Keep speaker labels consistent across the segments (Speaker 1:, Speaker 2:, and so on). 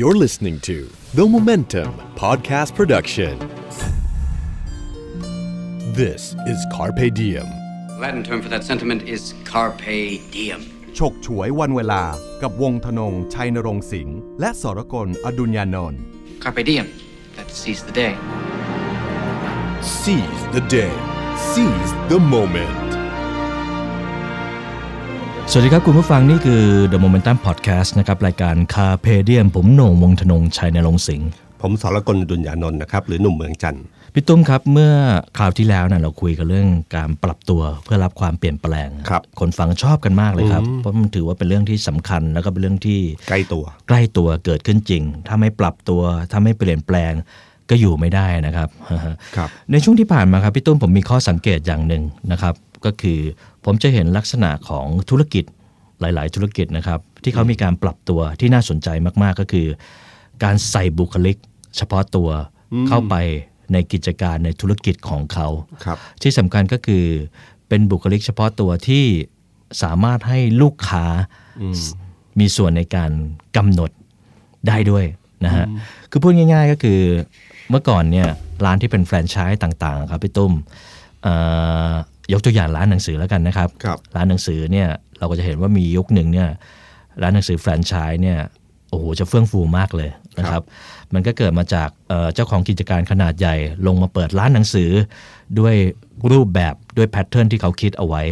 Speaker 1: You're listening to The Momentum Podcast Production. This is Carpe Diem.
Speaker 2: Latin term for that sentiment is carpe diem.
Speaker 3: ฉกฉวยวันเวลากับวงธนง ชัยนรงค์สิงห์และสรกลอดุญญานนท์
Speaker 2: Carpe diem. That seize the day.
Speaker 1: Seize the day. Seize the moment.
Speaker 4: สวัสดีครับ คุณผู้ฟังนี่คือ The Momentum Podcast นะครับ รายการคาเพเดียม ผมโหน่งวงธนงชัยนรงค์สิงห์
Speaker 5: ผมสรกลดุลยานนท์นะครับหรือหนุ่มเมืองจันทร์
Speaker 4: พี่ตุ้มครับ เมื่อคราวที่แล้วนะเราคุยกันเรื่องการปรับตัวเพื่อรับความเปลี่ยนแปลง
Speaker 5: ครับ
Speaker 4: คนฟังชอบกันมากเลยครับ เพราะมันถือว่าเป็นเรื่องที่สำคัญ แล้วก็เป็นเรื่องที่
Speaker 5: ใกล้ตัว
Speaker 4: ใกล้ตัวเกิดขึ้นจริง ถ้าไม่ปรับตัวถ้าไม่เปลี่ยนแปลงก็อยู่ไม่ได้นะครับ
Speaker 5: ครับ
Speaker 4: ในช่วงที่ผ่านมาครับพี่ตุ้มผมมีข้อสังเกตอย่างหนึ่งนะครับ ก็คือผมจะเห็นลักษณะของธุรกิจหลาย ๆ ธุรกิจนะครับ ที่เขามีการปรับตัวที่น่าสนใจมาก ๆ ก็คือ การใส่บุคลิก เฉพาะตัวเข้าไปในกิจการในธุรกิจของเขา
Speaker 5: ครับ
Speaker 4: ที่สำคัญก็คือเป็นบุคลิกเฉพาะตัวที่สามารถให้ลูกค้ามีส่วนในการกำหนดได้ด้วยนะฮะคือพูดง่ายๆก็คือเมื่อก่อนเนี่ยร้านที่เป็นแฟรนไชส์ต่างๆครับพี่ตุ้มเอ่อยกตัวอย่างร้านหนังสือแล้วกันนะครับ
Speaker 5: ครับ
Speaker 4: ร้านหนังสือเนี่ยเราก็จะเห็นว่ามียุคหนึ่งเนี่ยร้านหนังสือแฟรนไชส์เนี่ยโอ้โหจะเฟื่องฟูมากเลยนะครับ มันก็เกิดมาจากเอ่อเจ้าของกิจการขนาดใหญ่ ลงมาเปิดร้านหนังสือ ด้วยรูปแบบด้วยแพทเทิร์นที่เขาคิดเอาไว้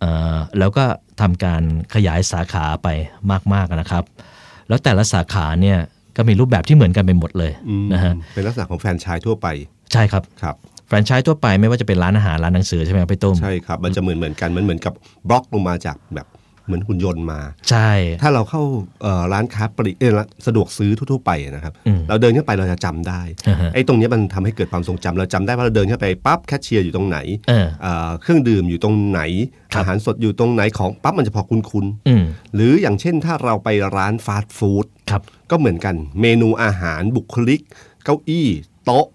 Speaker 4: เอ่อแล้วก็ทำการขยายสาขาไปมากๆนะครับ แล้วแต่ละสาขาเนี่ยก็มีรูปแบบที่เหมือนกันไปหมดเลยนะฮะ
Speaker 5: เป็นลักษณะของแฟรนไชายทั่วไป
Speaker 4: ใช่ครับ
Speaker 5: ครับ
Speaker 4: แฟรนไชส์ทั่วไปไม่ว่าจะเป็นร้านอาหารร้านหนังสือใช่ไหมครับพี่ตุ้ม
Speaker 5: ใช่ครับมันจะเหมือนเหมือนกันมันเหมือนกับบล็อกลงมาจากแบบเหมือนหุ่นยนต์มา
Speaker 4: ใช่
Speaker 5: ถ้าเราเข้าเอ่อร้านค้าปลีกเอ่อร้านสะดวกซื้อทั่วๆไปนะครับ
Speaker 4: อืม
Speaker 5: เราเดินเข้าไปเราจะจำได้
Speaker 4: อ่าฮะ
Speaker 5: ไอ้ตรงเนี้ยมันทำให้เกิดความทรงจำเราจำได้ว่าเราเดินเข้าไปปั๊บแคชเชียร์อยู่ตรงไหน
Speaker 4: เออ
Speaker 5: เอ่อเครื่องดื่มอยู่ตรงไหน
Speaker 4: ครับ
Speaker 5: อาหารสดอยู่ตรงไหนของปั๊บมันจะพอคุ้น
Speaker 4: อืม
Speaker 5: ๆหรืออย่างเช่นถ้าเราไปร้านฟาสต์ฟู้ด
Speaker 4: ครับ
Speaker 5: ก็เหมือนกันเมนูอาหารบุคลิก เก้าอี้ โต๊ะ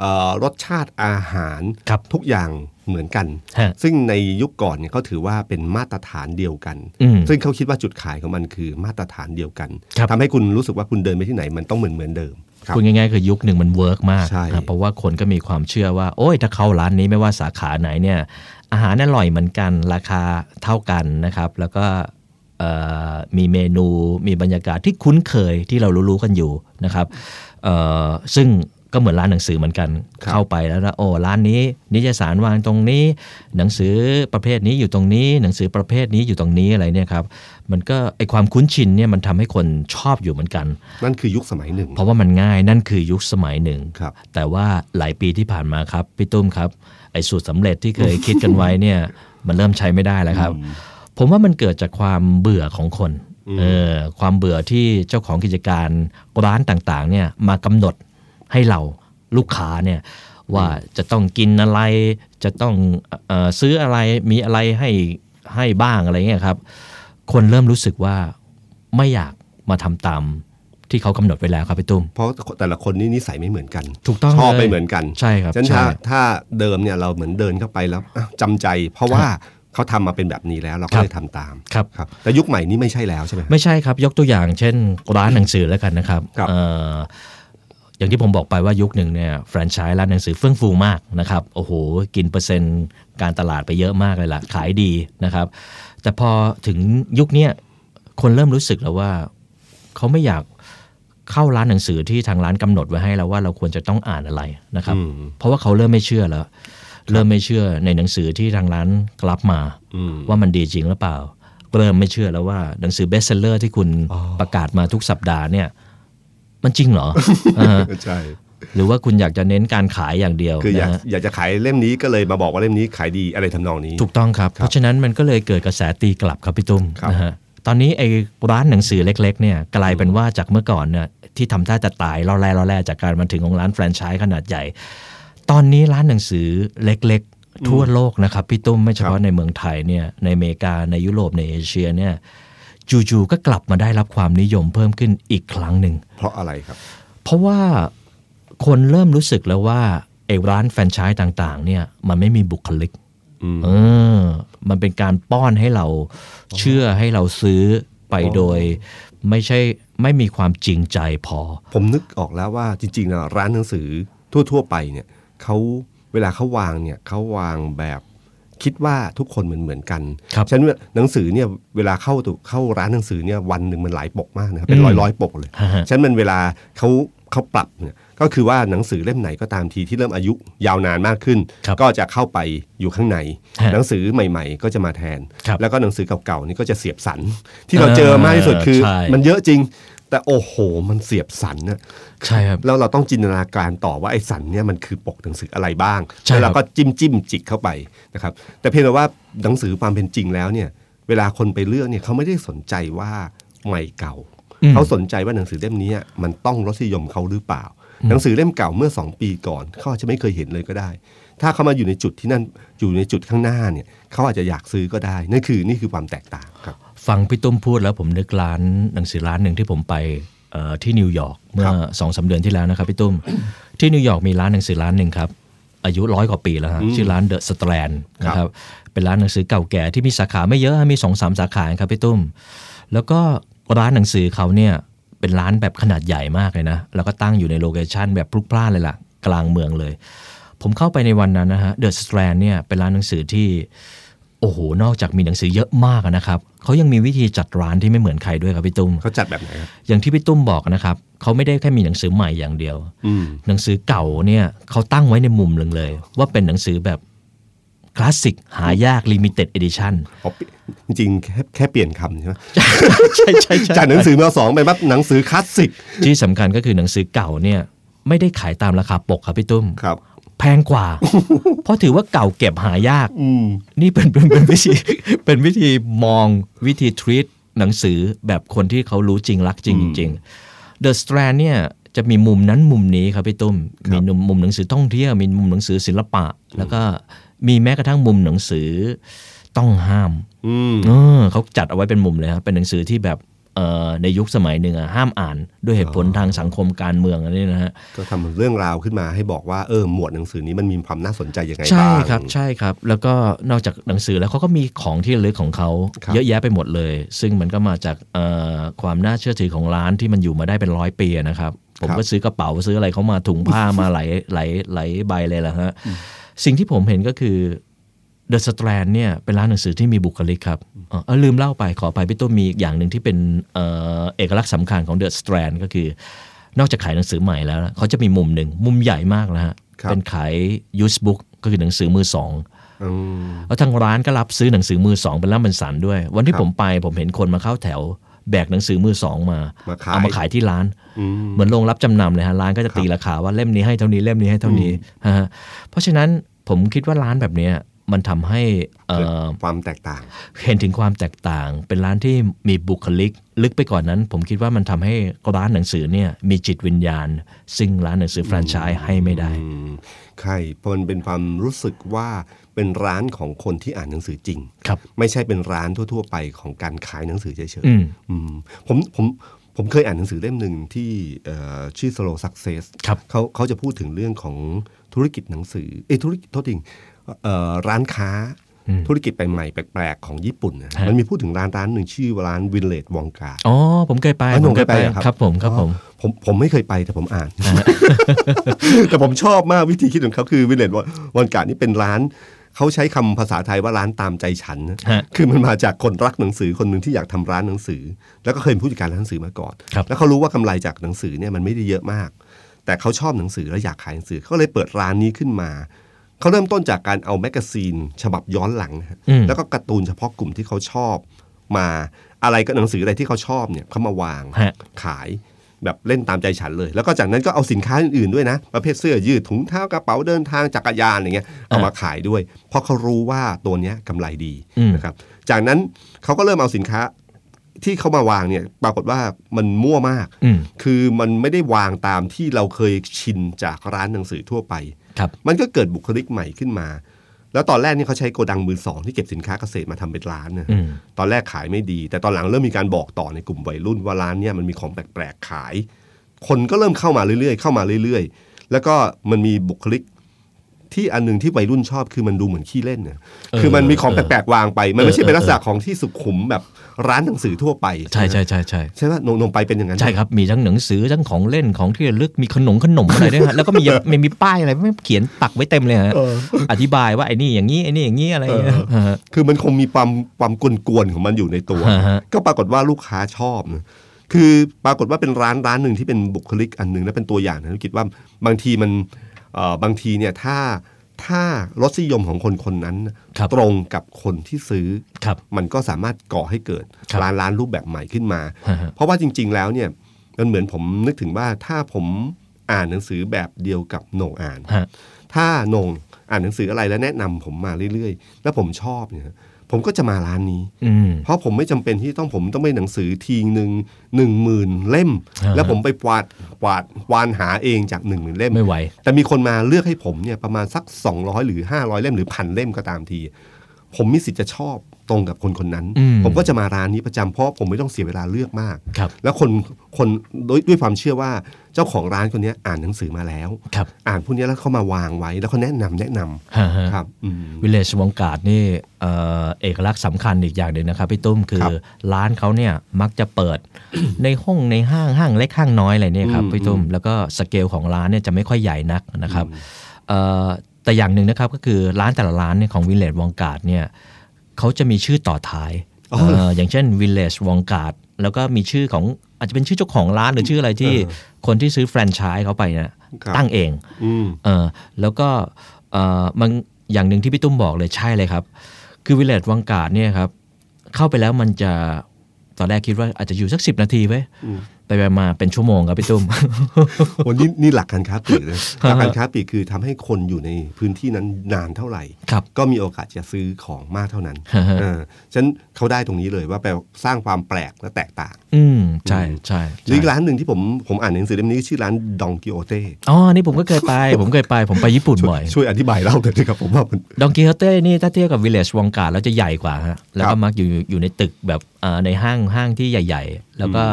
Speaker 5: เอ่อรสชาติอาหาร
Speaker 4: ครับ
Speaker 5: ทุกอย่างเหมือนกัน
Speaker 4: ฮะ
Speaker 5: ซึ่งในยุคก่อนเนี่ยเขาถือว่าเป็นมาตรฐานเดียวกัน
Speaker 4: อืม
Speaker 5: ซึ่งเขาคิดว่าจุดขายของมันคือมาตรฐานเดียวกัน
Speaker 4: ครับ
Speaker 5: ทำให้คุณรู้สึกว่าคุณเดินไปที่ไหนมันต้องเหมือนเหมือนเดิมครับ
Speaker 4: พูดง่ายๆคือยุคหนึ่งมันเวิร์กมาก
Speaker 5: ใช่
Speaker 4: นะเพราะว่าคนก็มีความเชื่อว่า โอ้ยถ้าเข้าร้านนี้ไม่ว่าสาขาไหนเนี่ยอาหารอร่อยเหมือนกันราคาเท่ากันนะครับ แล้วก็เอ่อมีเมนูมีบรรยากาศที่คุ้นเคยที่เรารู้ๆกันอยู่นะครับเอ่อซึ่งก็เหมือนร้านหนังสือเหมือนกันเข้าไปแล้วนะโอ้ร้านนี้นิตยสารวางตรงนี้ หนังสือประเภทนี้อยู่ตรงนี้ หนังสือประเภทนี้อยู่ตรงนี้อะไรเนี่ยครับมันก็ไอความคุ้นชินเนี่ยมันทำให้คนชอบอยู่เหมือนกัน
Speaker 5: นั่นคือยุคสมัยหนึ่ง
Speaker 4: เพราะว่ามันง่ายนั่นคือยุคสมัยหนึ่ง
Speaker 5: ครับ
Speaker 4: แต่ว่าหลายปีที่ผ่านมาครับพี่ตุ้มครับ ไอ้สูตรสำเร็จที่เคย คิดกันไว้เนี่ย มันเริ่มใช้ไม่ได้แล้วครับ ผมว่ามันเกิดจากความเบื่อของคนเออความเบื่อที่เจ้าของกิจการร้านต่างๆเนี่ยมากำหนดให้เราลูกค้าเนี่ยว่าจะต้องกินอะไร จะต้องเออซื้ออะไรมีอะไรให้ให้บ้างอะไรเงี้ยครับ คนเริ่มรู้สึกว่าไม่อยากมาทำตามที่เขากำหนดไว้แล้วครับพี่ตุ้ม
Speaker 5: เพราะแต่ละคนนี่นิสัยไม่เหมือนกัน
Speaker 4: ถูกต้อง
Speaker 5: ชอบ
Speaker 4: เลย
Speaker 5: ไม่เหมือนกัน
Speaker 4: ใช่ครับ
Speaker 5: ฉะนั้นถ้า
Speaker 4: ใช่
Speaker 5: ถ้าเดิมเนี่ยเราเหมือนเดินเข้าไปแล้วอ้าวจำใจ เพราะว่าเขาทำมาเป็นแบบนี้แล้วเรา
Speaker 4: ครั
Speaker 5: ก็
Speaker 4: บ
Speaker 5: เลยทำตาม
Speaker 4: ครับ
Speaker 5: แต่ยุคใหม่นี้ไม่ใช่แล้วใช่ไหมครับ
Speaker 4: ไม่ใช่ครับยกตัวอย่างเช่นร้านหนังสือแล้วกันนะครับ
Speaker 5: ครับ
Speaker 4: เอ่ออย่างที่ผมบอกไปว่ายุคหนึ่งเนี่ยแฟรนไชส์ร้านหนังสือเฟื่องฟูมากนะครับโอ้โหกินเปอร์เซ็นต์การตลาดไปเยอะมากเลยล่ะขายดีนะครับ แต่พอถึงยุคเนี้ยคนเริ่มรู้สึกแล้วว่าเขาไม่อยากเข้าร้านหนังสือที่ทางร้านกำหนดไว้ให้แล้วว่าเราควรจะต้องอ่านอะไรนะครับ
Speaker 5: อืม
Speaker 4: เพราะว่าเขาเริ่มไม่เชื่อแล้ว เริ่มไม่เชื่อในหนังสือที่ทางร้านรับมา
Speaker 5: อืม
Speaker 4: ว่ามันดีจริงหรือเปล่า เริ่มไม่เชื่อแล้วว่าหนังสือเบสเซลเลอร์ที่คุณ
Speaker 5: อ๋อ
Speaker 4: ประกาศมาทุกสัปดาห์เนี่ย มันจริงเหรอ อ่า
Speaker 5: ใช่
Speaker 4: หรือว่าคุณอยากจะเน้นการขายอย่างเดียว
Speaker 5: คืออยาก
Speaker 4: นะฮะ
Speaker 5: อยากจะขายเล่มนี้ก็เลยมาบอกว่าเล่มนี้ขายดีอะไรทำนองนี้
Speaker 4: ถูกต้องครับ เพราะฉะนั้นมันก็เลยเกิดกระแสตีกลับครับพี่ตุ้ม
Speaker 5: ครับ
Speaker 4: นะฮะตอนนี้ไอ้ร้านหนังสือเล็ก ๆ เนี่ยกลายเป็นว่าจากเมื่อก่อนเนี่ยที่ทำท่าจะตายล่อแร่ล่อแร่จากการมาถึงของร้านแฟรนไชส์ขนาดใหญ่ ตอนนี้ร้านหนังสือเล็ก ๆ ทั่วโลกนะครับพี่ตุ้มไม่เฉพาะในเมืองไทยเนี่ยในอเมริกาในยุโรปในเอเชียเนี่ยจู่ๆก็กลับมาได้รับความนิยมเพิ่มขึ้นอีกครั้งหนึ่ง
Speaker 5: เพราะอะไรครับ
Speaker 4: เพราะว่าคนเริ่มรู้สึกแล้วว่าไอ้ร้านแฟรนไชส์ต่างๆ เนี่ยมันไม่มีบุคลิกเออ มันเป็นการป้อนให้เราเชื่อให้เราซื้อไปโดย ไม่ใช่ไม่มีความจริงใจพอ
Speaker 5: ผมนึกออกแล้วว่าจริงๆนะร้านหนังสือทั่ว ๆ ไปเนี่ยเขาเวลาเขาวางเนี่ยเขาวางแบบคิดว่าทุกคนเหมือนเหมือนๆกัน
Speaker 4: ครับ
Speaker 5: ฉะนั้นหนังสือเนี่ยเวลาเข้าตัวเข้าร้านหนังสือเนี่ยวันหนึ่งมันหลายปกมากนะครับเป็นร้อยร้อยๆปกเลย
Speaker 4: ฮะฮะ
Speaker 5: ฉะนั้นมันเวลาเขาเขาปรับเนี่ยก็คือว่าหนังสือเล่มไหนก็ตามทีที่เริ่มอายุยาวนานมากขึ้น
Speaker 4: ครับ
Speaker 5: ก็จะเข้าไปอยู่ข้างใน
Speaker 4: ฮะ
Speaker 5: หนังสือใหม่ ๆ ก็จะมาแทน
Speaker 4: ครับ
Speaker 5: แล้วก็หนังสือเก่าๆนี่ก็จะเสียบสั น ที่เราเจอมากที่สุดคือ
Speaker 4: ใช่
Speaker 5: มัน เยอะจริง แต่โอ้โห มันเสียบสันนะ
Speaker 4: ใช่ครับ
Speaker 5: แล้วเราต้องจินตนาการต่อว่าไอ้สันเนี่ยมันคือปกหนังสืออะไรบ้าง
Speaker 4: ใช่ครับ
Speaker 5: แล้วเราก็จิ้มจิ้มจิกเข้าไปนะครับ แต่เพียงแต่ว่าหนังสือความเป็นจริงแล้วเนี่ย เวลาคนไปเลือกเนี่ยเขาไม่ได้สนใจว่าใหม่เก่า
Speaker 4: อืม
Speaker 5: เขาสนใจว่าหนังสือเล่มนี้มันต้องรสนิยมเขาหรือเปล่า หนังสือเล่มเก่าเมื่อสองปีก่อนเขาอาจจะไม่เคยเห็นเลยก็ได้ ถ้าเขามาอยู่ในจุดที่นั่นอยู่ในจุดข้างหน้าเนี่ยเขาอาจจะอยากซื้อก็ได้นั่นคือนี่คือความแตกต่างครับ
Speaker 4: ฟังพี่ตุ้มพูดแล้วผมนึกร้านหนังสือร้านหนึ่งที่ผมไปเอ่อที่นิวยอร์กเมื่อสองสามเดือนที่แล้วนะครับพี่ตุ้ม ที่นิวยอร์กมีร้านหนังสือร้านหนึ่งครับ อายุร้อยกว่าปีแล้วฮะชื่อร้านเดอะสแตรนนะครับเป็นร้านหนังสือเก่าแก่ที่มีสาขาไม่เยอะฮะมีสองสามสาขาเองครับพี่ตุ้ม แล้วก็ร้านหนังสือเขาเนี่ยเป็นร้านแบบขนาดใหญ่มากเลยนะ แล้วก็ตั้งอยู่ในโลเคชันแบบพลุกพล่านเลยล่ะ กลางเมืองเลย ผมเข้าไปในวันนั้นนะฮะเดอะสแตรนเนี่ยเป็นร้านหนังสือที่ โอ้โห นอกจากมีหนังสือเยอะมากอะนะครับ เขายังมีวิธีจัดร้านที่ไม่เหมือนใครด้วยครับพี่ตุ้ม
Speaker 5: เขาจัดแบบไหนครับ
Speaker 4: อย่างที่พี่ตุ้มบอกนะครับ เขาไม่ได้แค่มีหนังสือใหม่อย่างเดียว
Speaker 5: อืม
Speaker 4: หนังสือเก่าเนี่ยเขาตั้งไว้ในมุมหนึ่งเลย ว่าเป็นหนังสือแบบคลาสสิกหายากลิมิเต็ดเอดิชัน
Speaker 5: อ๋อปิจริงๆแค่แค่เปลี่ยนคำใช่ไหม
Speaker 4: ใช่ใช่ใช่
Speaker 5: จากหนังสือมาสองไปปั๊บหนังสือคลาสสิก
Speaker 4: ที่สำคัญก็คือหนังสือเก่าเนี่ยไม่ได้ขายตามราคาปกครับพี่ตุ้ม
Speaker 5: ครับ
Speaker 4: แพงกว่า เพราะถือว่าเก่าเก็บหายาก
Speaker 5: อืม
Speaker 4: นี่เป็นเป็น เป็นวิธี เป็นวิธีมองวิธีทรีตหนังสือแบบคนที่เขารู้จริงรักจริงจริง The Strand เนี่ยจะมีมุมนั้นมุมนี้ครับพี่ตุ้ม มีมุมมุมหนังสือท่องเที่ยวมีมุมหนังสือศิลปะ แล้วก็มีแม้กระทั่งมุมหนังสือต้องห้าม
Speaker 5: อืม
Speaker 4: เออเขาจัดเอาไว้เป็นมุมเลยครับเป็นหนังสือที่แบบเอ่อในยุคสมัยหนึ่งอะห้ามอ่านด้วยเหตุผลทางสังคมการเมืองอะไรเนี่ยนะฮะ
Speaker 5: ก็ทำเรื่องราวขึ้นมาให้บอกว่าเออหมวดหนังสือนี้มันมีความน่าสนใจยังไง
Speaker 4: ใช่
Speaker 5: บ้าง
Speaker 4: ครับใช่ครับ แล้วก็นอกจากหนังสือแล้วเขาก็มีของที่ระลึกของเขา
Speaker 5: ครับ
Speaker 4: เยอะแยะไปหมดเลย ซึ่งมันก็มาจากเอ่อความน่าเชื่อถือของร้านที่มันอยู่มาได้เป็นร้อยปีอะนะครับ ผมก็ซื้อกระเป๋าซื้ออะไรเขามาถุงผ้า มาหลาย หลายหลายใบเลยละฮะสิ่งที่ผมเห็นก็คือเดอะสแตรนเนี่ยเป็นร้านหนังสือที่มีบุคลิกครับเอ่อเออลืมเล่าไปขอไปพี่ตุ้มมีอีกอย่างหนึ่งที่เป็นเอ่อเอกลักษณ์สำคัญของเดอะสแตรนก็คือ นอกจากขายหนังสือใหม่แล้วนะเขาจะมีมุมหนึ่งมุมใหญ่มากนะฮะ
Speaker 5: ครับ
Speaker 4: เป็นขาย used book ก็คือหนังสือมือสอง
Speaker 5: อืม
Speaker 4: แล้วทางร้านก็รับซื้อหนังสือมือสองเป็นล่ำเป็นสันด้วย วันที่
Speaker 5: ครับ
Speaker 4: ผมไปผมเห็นคนมาเข้าแถว แบกหนังสือมือสองมา
Speaker 5: มาขาย
Speaker 4: เอามาขายที่ร้าน
Speaker 5: อืม
Speaker 4: เหมือนโรงรับจำนำเลยฮะร้านก็จะตีราคาว่าเล่มนี้ให้เท่านี้เล่มนี้ให้เท่านี้ฮะเพราะฉะนั้นผมคิดว่าร้านแบบเนี้ยมันทำให้เอ่อ
Speaker 5: ความแตกต่าง
Speaker 4: เห็นถึงความแตกต่าง เป็นร้านที่มีบุคลิก ลึกไปกว่อนนั้น ผมคิดว่ามันทำให้ร้านหนังสือเนี่ยมีจิตวิญญาณ ซึ่งร้านหนังสือแฟรนไชส์ให้ไม่ได้
Speaker 5: อืมใช่เพราะมันเป็นความรู้สึกว่าเป็นร้านของคนที่อ่านหนังสือจริง
Speaker 4: ครับ
Speaker 5: ไม่ใช่เป็นร้านทั่ว ๆ ไปของการขายหนังสือเฉย
Speaker 4: อืม
Speaker 5: ๆอืมผมผมผมเคยอ่านหนังสือเล่มหนึ่งที่เอ่อชื่อ slow success
Speaker 4: ครับ
Speaker 5: เขาเขาจะพูดถึงเรื่องของธุรกิจหนังสือเอ้ยธุรกิจโทษทีเอ่อร้านค้าธุรกิจใหม่ๆแปลกๆ ของญี่ปุ่นนะ
Speaker 4: ฮะ
Speaker 5: มันมีพูดถึงร้านร้านหนึ่งชื่อว่าร้านวินเลดวองกา
Speaker 4: อ๋อผมเคยไป
Speaker 5: อ๋อหนุ่มเคยไปเหอ
Speaker 4: ครับผมครับผม
Speaker 5: อ๋อผมผมไม่เคยไปแต่ผมอ่าน แต่ผมชอบมากวิธีคิดของเขาคือวิเลตวันการนี่เป็นร้าน เขาใช้คำภาษาไทยว่าร้านตามใจฉันนะ
Speaker 4: ฮะ
Speaker 5: คือมันมาจากคนรักหนังสือคนหนึ่งที่อยากทำร้านหนังสือ แล้วก็เคยเป็นผู้จัดการร้านหนังสือมาก่อน
Speaker 4: ครับ
Speaker 5: แล้วเขารู้ว่ากำไรจากหนังสือเนี่ยมันไม่ได้เยอะมาก แต่เขาชอบหนังสือและอยากขายหนังสือเขาเลยเปิดร้านนี้ขึ้นมา เขาเริ่มต้นจากการเอาแมกกาซีน ฉบับย้อนหลังนะฮะ
Speaker 4: อืม
Speaker 5: แล้วก็การ์ตูนเฉพาะกลุ่มที่เขาชอบ มาอะไรก็หนังสืออะไรที่เขาชอบเนี่ยเขามาวาง
Speaker 4: ฮะ
Speaker 5: ขายแบบเล่นตามใจฉันเลย แล้วก็จากนั้นก็เอาสินค้าอื่นๆด้วยนะ ประเภทเสื้อยืดถุงเท้ากระเป๋าเดินทางจักรยานอะไรเงี้ยเอามาขายด้วย เพราะเขารู้ว่าตัวเนี้ยกำไรดี
Speaker 4: อืม
Speaker 5: นะครับจากนั้นเขาก็เริ่มเอาสินค้าที่เขามาวางเนี่ยปรากฏว่ามันมั่วมาก
Speaker 4: อืม
Speaker 5: คือมันไม่ได้วางตามที่เราเคยชินจากร้านหนังสือทั่วไป
Speaker 4: ครับ
Speaker 5: มันก็เกิดบุคลิกใหม่ขึ้นมา แล้วตอนแรกนี่เขาใช้โกดังมือสองที่เก็บสินค้าเกษตรมาทำเป็นร้านนะ
Speaker 4: อืม
Speaker 5: ตอนแรกขายไม่ดี แต่ตอนหลังเริ่มมีการบอกต่อในกลุ่มวัยรุ่นว่าร้านเนี่ยมันมีของแปลกๆขาย คนก็เริ่มเข้ามาเรื่อยๆ เข้ามาเรื่อยๆ แล้วก็มันมีบุคลิกที่อันหนึงที่วัยรุ่นชอบคือมันดูเหมือนขี้เล่นนะคือมันมีของแปลกๆวางไป มันไม่ใช่เป็นลักษณะของที่สุขุมแบบ ร้านหนังสือทั่วไป
Speaker 4: ใช่ใช่ใช่ใช่
Speaker 5: ใช่ไหมนงนงไปเป็นอย่างนั้น
Speaker 4: ใช่ครับมีทั้งหนังสือทั้งของเล่นของที่ระลึกมีขนมขนมอะไรด้วยฮะ แล้วก็มีไม่มีป้ายอะไรไม่เขียนปักไว้เต็มเลยฮะอธิบายว่าไอ้นี่อย่างนี้ไอ้นี่อย่างนี้อะไรอย่างเงี้ยฮะ
Speaker 5: คือมันคงมีความความกวนๆของมันอยู่ในตัว
Speaker 4: ฮะฮะ
Speaker 5: ก็ปรากฏว่าลูกค้าชอบนะคือปรากฏว่าเป็นร้านร้านหนึ่งที่เป็นบุคลิกอันหนึ่งและเป็นตัวอย่างทางธุรกิจว่าบางทีมันเอ่อบางทีเนี่ยถ้าถ้ารสนิยมของคนคนนั้น
Speaker 4: ครับ
Speaker 5: ตรงกับคนที่ซื้อ
Speaker 4: ครับ
Speaker 5: มันก็สามารถก่อให้เกิด
Speaker 4: ครับ
Speaker 5: ร้านร้านรูปแบบใหม่ขึ้นมา
Speaker 4: ฮะฮะ
Speaker 5: เพราะว่าจริง ๆ แล้วเนี่ยมันเหมือนผมนึกถึงว่าถ้าผมอ่านหนังสือแบบเดียวกับโหน่งอ่าน
Speaker 4: ฮะ
Speaker 5: ถ้าโหน่งอ่านหนังสืออะไรแล้วแนะนำผมมาเรื่อยๆ แล้วผมชอบเนี่ยผมก็จะมาร้านนี้
Speaker 4: อืม
Speaker 5: เพราะผมไม่จำเป็นที่ต้องผมต้องไปหนังสือทีหนึ่งหนึ่งหมื่นเล่ม
Speaker 4: ฮะ
Speaker 5: แล้วผมไปกวาดกวาดวานหาเองจากหนึ่งหมื่นเล่ม
Speaker 4: ไม่ไหว
Speaker 5: แต่มีคนมาเลือกให้ผมเนี่ยประมาณสัก 200 หรือ 500 เล่มหรือพันเล่มก็ตามที ผมมีสิทธิ์จะชอบตรงกับคนคนนั้น
Speaker 4: อืม
Speaker 5: ผมก็จะมาร้านนี้ประจำเพราะผมไม่ต้องเสียเวลาเลือกมาก
Speaker 4: ครับ
Speaker 5: แล้วคนคนด้วยด้วยความเชื่อว่าเจ้าของร้านคนเนี้ยอ่านหนังสือมาแล้ว
Speaker 4: ครับ
Speaker 5: อ่านพวกเนี้ยแล้วเขามาวางไว้ แล้วเขาแนะนำแนะนำ
Speaker 4: ฮะฮะ
Speaker 5: ครับอืม
Speaker 4: วิลเลจวังการ์ดนี่เอ่อเอกลักษณ์สำคัญอีกอย่างหนึ่งนะครับพี่ตุ้มคือ
Speaker 5: ครับ
Speaker 4: ร้านเขาเนี่ยมักจะเปิด ในห้องในห้างห้างเล็กห้างน้อยอะไรเนี่ยครับ
Speaker 5: อืม
Speaker 4: พี่ตุ้มแล้วก็สเกลของร้านเนี่ยจะไม่ค่อยใหญ่นักนะครับเอ่อแต่อย่างหนึ่งนะครับก็คือร้านแต่ละร้านเนี่ยของวิลเลจวังการ์ดเนี่ยเขาจะมีชื่อต่อท้าย
Speaker 5: อ๋อ
Speaker 4: เอ่ออย่างเช่นวิลเลจวังการ์ดแล้วก็มีชื่อของอาจจะเป็นชื่อเจ้าของร้านหรือชื่ออะไรที่คนที่ซื้อแฟรนไชส์เขาไปเนี่ย
Speaker 5: ครับ
Speaker 4: ตั้งเอง
Speaker 5: อืม
Speaker 4: เออแล้วก็เออมันอย่างหนึ่งที่พี่ตุ้มบอกเลยใช่เลยครับ คือวิลเลจวังการ์ดเนี่ยครับ เข้าไปแล้วมันจะตอนแรกคิดว่าอาจจะอยู่สักสิบนาทีไว้ยไปไปมาเป็นชั่วโมงครับพี่ตุ้ม
Speaker 5: วันนี้นี่หลักการค้าปลีกเลยหลักการค้าปลีกคือทำให้คนอยู่ในพื้นที่นั้นนานเท่าไหร่
Speaker 4: ครับ
Speaker 5: ก็มีโอกาสจะซื้อของมากเท่านั้น
Speaker 4: ฮะฮะ
Speaker 5: เออฉะนันเขาได้ตรงนี้เลยว่าแปลว่าสร้างความแปลกและแตกต่าง
Speaker 4: อืมใช่ใช่
Speaker 5: หรือ
Speaker 4: ใช่
Speaker 5: อีกร้านหนึ่งที่ผมผมอ่านหนังสือเล่มนี้ชื่อร้านดองกิโอเต้
Speaker 4: อ๋อนี่ผมก็เคยไป ผมเคยไป ผมไปญี่ปุ่นบ่อย
Speaker 5: ช่วยอธิบายเล่าหน่อยด้วยครับผมว่ามัน
Speaker 4: ดองกิเฮเต้นี่ถ้าเทียบกับวิลเลจวังการ์ดแล้วจะใหญ่กว่าฮะแล้ว
Speaker 5: ครั
Speaker 4: ก็
Speaker 5: บ
Speaker 4: มักอยู่อยู่ในตึกแบบเอ่อในห้างห้างที่ใหญ่ ๆ แล้วก็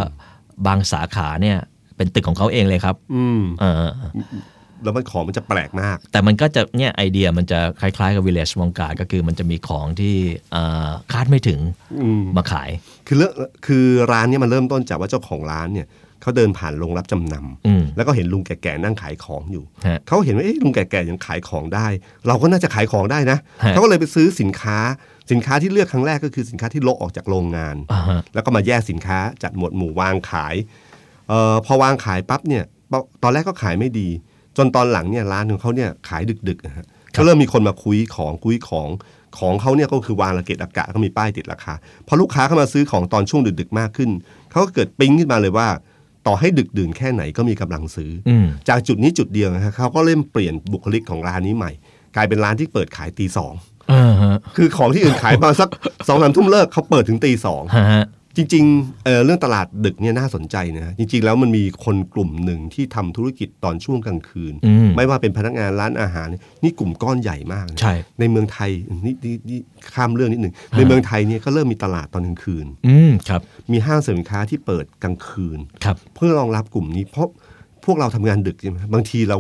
Speaker 4: บางสาขาเนี่ยเป็นตึกของเขาเองเลยครับ
Speaker 5: อืม
Speaker 4: เออ
Speaker 5: แล้วมันของมันจะแปลกมาก
Speaker 4: แต่มันก็จะเนี่ยไอเดียมันจะคล้ายๆกับวิลเลจวงการก็คือมันจะมีของที่เอ่อคาดไม่ถึง
Speaker 5: อืม
Speaker 4: มาขาย
Speaker 5: คือเรื่องคือร้านเนี้มันเริ่มต้นจากว่าเจ้าของร้านเนี่ยเขาเดินผ่านโรงรับจำน
Speaker 4: อืม
Speaker 5: ำแล้วก็เห็นลุงแก่ๆนั่งขายของอยู่
Speaker 4: ฮะ
Speaker 5: เขาเห็นว่าเอ๊ะลุงแก่ๆยังขายของได้ เราก็น่าจะขายของได้นะ
Speaker 4: ฮะ
Speaker 5: เขาก็เลยไปซื้อสินค้า สินค้าที่เลือกครั้งแรกก็คือสินค้าที่โละออกจากโรงงาน
Speaker 4: อ่าฮะ
Speaker 5: แล้วก็มาแยกสินค้าจัดหมวดหมู่วางขายเอ่อพอวางขายปั๊บเนี่ยปะตอนแรกก็ขายไม่ดี จนตอนหลังเนี่ยร้านของเขาเนี่ยขายดึกๆนะฮะก็เริ่มมีคนมาคุยของคุยของของเขาเนี่ยก็คือวางระเกะระกะแล้วก็มีป้ายติดราคาพอลูกค้าเข้ามาซื้อของตอนช่วงดึกๆมากขึ้นเขาก็เกิดปิ๊งขึ้นมาเลยว่า ต่อให้ดึกดื่นแค่ไหนก็มีกำลังซื้ออ
Speaker 4: อืม
Speaker 5: จากจุดนี้จุดเดียวนะฮะเขาก็เริ่มเปลี่ยนบุคลิกของร้านนี้ใหม่ กลายเป็นร้านที่เปิดขายตีสอง
Speaker 4: อ่าฮะ
Speaker 5: คือของที่อื่นขายมาสักสองสามทุ่มเลิกเขาเปิดถึงตีสอง
Speaker 4: ฮะฮะ
Speaker 5: จริงๆเอ่อเรื่องตลาดดึกเนี่ยน่าสนใจนะฮะจริง ๆ แล้วมันมีคนกลุ่มหนึ่งที่ทำธุรกิจตอนช่วงกลางคืน
Speaker 4: อืม
Speaker 5: ไม่ว่าเป็นพนักงานร้านอาหารเนี่ยนี่กลุ่มก้อนใหญ่มากนะ
Speaker 4: ใช่
Speaker 5: เมืองไทยนี่นี่นี่ข้ามเรื่องนิดหนึ่งในเมืองไทยเนี่ยก็เริ่มมีตลาดตอนกลางคืน
Speaker 4: อืมครับ
Speaker 5: มีห้างสรรพสินค้าที่เปิดกลางคืน
Speaker 4: ครับ
Speaker 5: เพื่อรองรับกลุ่มนี้เพราะพวกเราทำงานดึกใช่ไหมบางทีเรา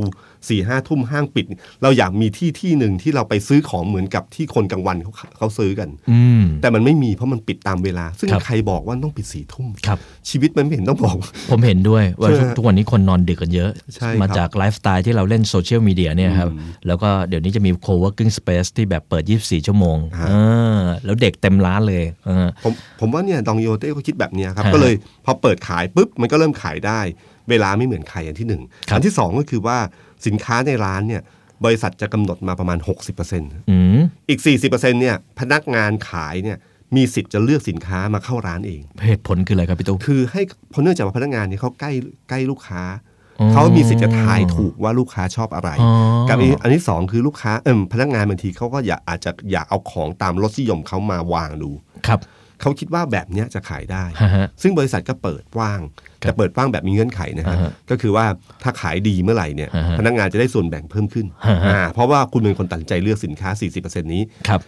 Speaker 5: สี่ห้าทุ่มห้างปิด เราอยากมีที่ที่หนึ่งที่เราไปซื้อของเหมือนกับที่คนกลางวันเขาเขาซื้อกัน
Speaker 4: อืม
Speaker 5: แต่มันไม่มีเพราะมันปิดตามเวลา ซึ่ง
Speaker 4: ครับ
Speaker 5: ใครบอกว่าต้องปิดสี่ทุ่ม
Speaker 4: ครับ
Speaker 5: ชีวิตมันไม่เห็นต้องบอก
Speaker 4: ผมเห็น ด้วยว่า
Speaker 5: ใช่
Speaker 4: ทุกทุกวันนี้คนนอนดึกกันเยอะ
Speaker 5: ใช่ครับ
Speaker 4: มาจากไลฟ์สไตล์ที่เราเล่นโซเชียลมีเดียเนี่ยครับ แล้วก็เดี๋ยวนี้จะมี co-working space ที่แบบเปิด 24 ชั่วโมง
Speaker 5: ฮะ
Speaker 4: เออแล้วเด็กเต็มร้านเลยเออ
Speaker 5: ผมผมว่าเนี่ยดองโยเต้ก็คิดแบบเนี้ยครับ
Speaker 4: ฮะ
Speaker 5: ก็เลยพอเปิดขายปุ๊บมันก็เริ่มขายได้ เวลาไม่เหมือนใครอันที่หนึ่ง
Speaker 4: ครับ
Speaker 5: อันที่สองก็คือว่าสินค้าในร้านเนี่ยบริษัทจะกำหนดมาประมาณ 60%
Speaker 4: อืม
Speaker 5: อีก 40%เนี่ยพนักงานขายเนี่ยมีสิทธิ์จะเลือกสินค้ามาเข้าร้านเอง
Speaker 4: เหตุผลคืออะไรครับพี่ตุ้ม
Speaker 5: คือให้เพราะเนื่องจากว่าพนักงานเนี่ยเขาใกล้ใกล้ลูกค้า
Speaker 4: อ๋อ
Speaker 5: เขามีสิทธิ์จะทายถูกว่าลูกค้าชอบอะไร
Speaker 4: อ๋อ
Speaker 5: กับอีกอันที่สองคือลูกค้าเอมพนักงานบางทีเขาก็อยากอาจจะอยากเอาของตามรสนิยมเขามาวางดู
Speaker 4: ครับ
Speaker 5: เขาคิดว่าแบบเนี้ยจะขายได้
Speaker 4: ฮะฮะ
Speaker 5: ซึ่งบริษัทก็เปิดกว้าง แต่เปิดกว้างแบบมีเงื่อนไขนะฮะ
Speaker 4: อ่าฮะ
Speaker 5: ก็คือว่าถ้าขายดีเมื่อไหร่เนี่ย
Speaker 4: อ่าฮะ
Speaker 5: พนักงานจะได้ส่วนแบ่งเพิ่มขึ้น
Speaker 4: อ่าฮะ
Speaker 5: อ่าเพราะว่าคุณเป็นคนตัดสินใจเลือกสินค้า 40%นี้
Speaker 4: ครับ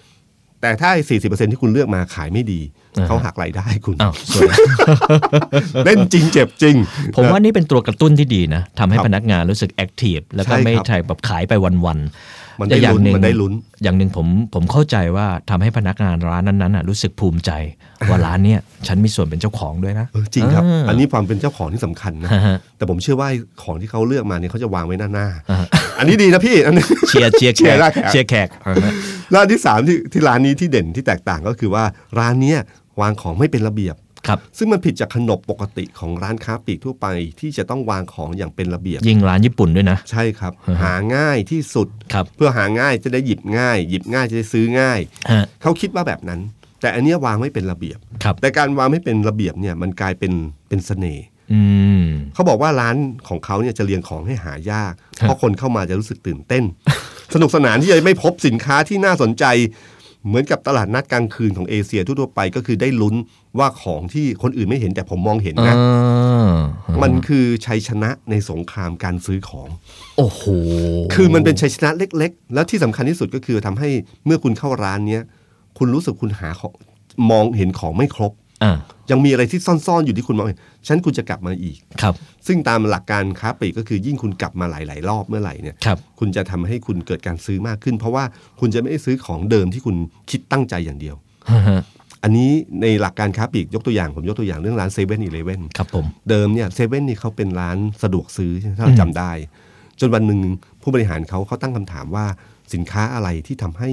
Speaker 5: แต่ถ้าไอ้40%ที่คุณเลือกมาขายไม่ดี
Speaker 4: อ่าฮะ
Speaker 5: เขาหักรายได้คุณ
Speaker 4: อ้าวสวย
Speaker 5: เล่นจริงเจ็บจริง
Speaker 4: ผมว่านี่เป็นตัวกระตุ้นที่ดีนะทำให้
Speaker 5: ครับ
Speaker 4: พนักงานรู้สึกแอคทีฟแล้วก็
Speaker 5: ใช่ครับ
Speaker 4: ไม่ใช่แบบขายไปวัน
Speaker 5: มันได้
Speaker 4: แต่อย่าง
Speaker 5: ลุ้น
Speaker 4: หนึ่ง
Speaker 5: มันได้ลุ้น
Speaker 4: อย่างหนึ่งผมผมเข้าใจว่าทำให้พนักงานร้านนั้นๆน่ะรู้สึกภูมิใจ ว่าร้านเนี้ยฉันมีส่วนเป็นเจ้าของด้วยนะ
Speaker 5: เออจริงครับ
Speaker 4: า
Speaker 5: อันนี้ความเป็นเจ้าของที่สำคัญนะ
Speaker 4: ฮะฮะ
Speaker 5: แต่ผมเชื่อว่าไอ้ของที่เขาเลือกมาเนี่ยเขาจะวางไว้หน้าหน้า
Speaker 4: อ่าฮะ
Speaker 5: อันนี้ดีนะพี่ อันนี้
Speaker 4: เชียร์เชียร์แข
Speaker 5: เชียร์
Speaker 4: ก
Speaker 5: ได้ครับ
Speaker 4: เชียร์แขกอ่าฮะ
Speaker 5: ร้านที่สามที่ที่ร้านนี้ที่เด่นที่แตกต่างก็คือว่าร้านเนี้ยวางของไม่เป็นระเบียบ
Speaker 4: ครับ
Speaker 5: ซึ่งมันผิดจากขนบปกติของร้านค้าปลีกทั่วไปที่จะต้องวางของอย่างเป็นระเบียบ
Speaker 4: ยิ่งร้านญี่ปุ่นด้วยนะ
Speaker 5: ใช่ครับ
Speaker 4: ฮะ
Speaker 5: หาง่ายที่สุด
Speaker 4: ครับ
Speaker 5: เพื่อหาง่ายจะได้หยิบง่าย หยิบง่ายจะได้ซื้อง่าย
Speaker 4: ฮะ
Speaker 5: เขาคิดว่าแบบนั้น แต่อันเนี้ยวางไม่เป็นระเบียบ
Speaker 4: ครับ
Speaker 5: แต่การวางไม่เป็นระเบียบเนี่ยมันกลายเป็นเป็นเสน่ห์
Speaker 4: อืม
Speaker 5: เขาบอกว่าร้านของเขาเนี่ยจะเรียงของให้หายาก
Speaker 4: ครับ
Speaker 5: เพราะคนเข้ามาจะรู้สึกตื่นเต้น สนุกสนานที่จะไม่พบสินค้าที่น่าสนใจ เหมือนกับตลาดนัดกลางคืนของเอเชียทั่วๆไปก็คือได้ลุ้นว่าของที่คนอื่นไม่เห็นแต่ผมมองเห็น
Speaker 4: อ่
Speaker 5: นะ
Speaker 4: า
Speaker 5: มันคือชัยชนะในสงครามการซื้อของ
Speaker 4: โอ้โห
Speaker 5: คือมันเป็นชัยชนะเล็ก ๆ แล้วที่สำคัญที่สุดก็คือทำให้เมื่อคุณเข้าร้านเนี้ยคุณรู้สึกคุณหาของมองเห็นของไม่ครบ
Speaker 4: อ่า
Speaker 5: ยังมีอะไรที่ซ่อนๆอยู่ที่คุณมองเห็นฉะนันคุณจะกลับมาอีก
Speaker 4: ครับ
Speaker 5: ซึ่งตามหลักการค้าปลีกก็คือยิ่งคุณกลับมาหลาย ๆ รอบเมื่อไหร่เนี่ย
Speaker 4: ครับ
Speaker 5: คุณจะทำให้คุณเกิดการซื้อมากขึ้น เพราะว่าคุณจะไม่ได้ซื้อของเดิมที่คุณคิดตั้งใจอย่างเดียว
Speaker 4: ฮะฮะ
Speaker 5: อันนี้ในหลักการค้าปลีกยกตัวอย่างผมยกตัวอย่างเรื่องร้านเซเว่นอีเลเว่น
Speaker 4: ครับผม
Speaker 5: เดิมเนี่ยเซเว่นนี่เขาเป็นร้านสะดวกซื้อใช่ไหมถ้าเราจำได้ จนวันหนึ่งผู้บริหารเขาเขาตั้งคำถามว่าสินค้าอะไรที่ทำให้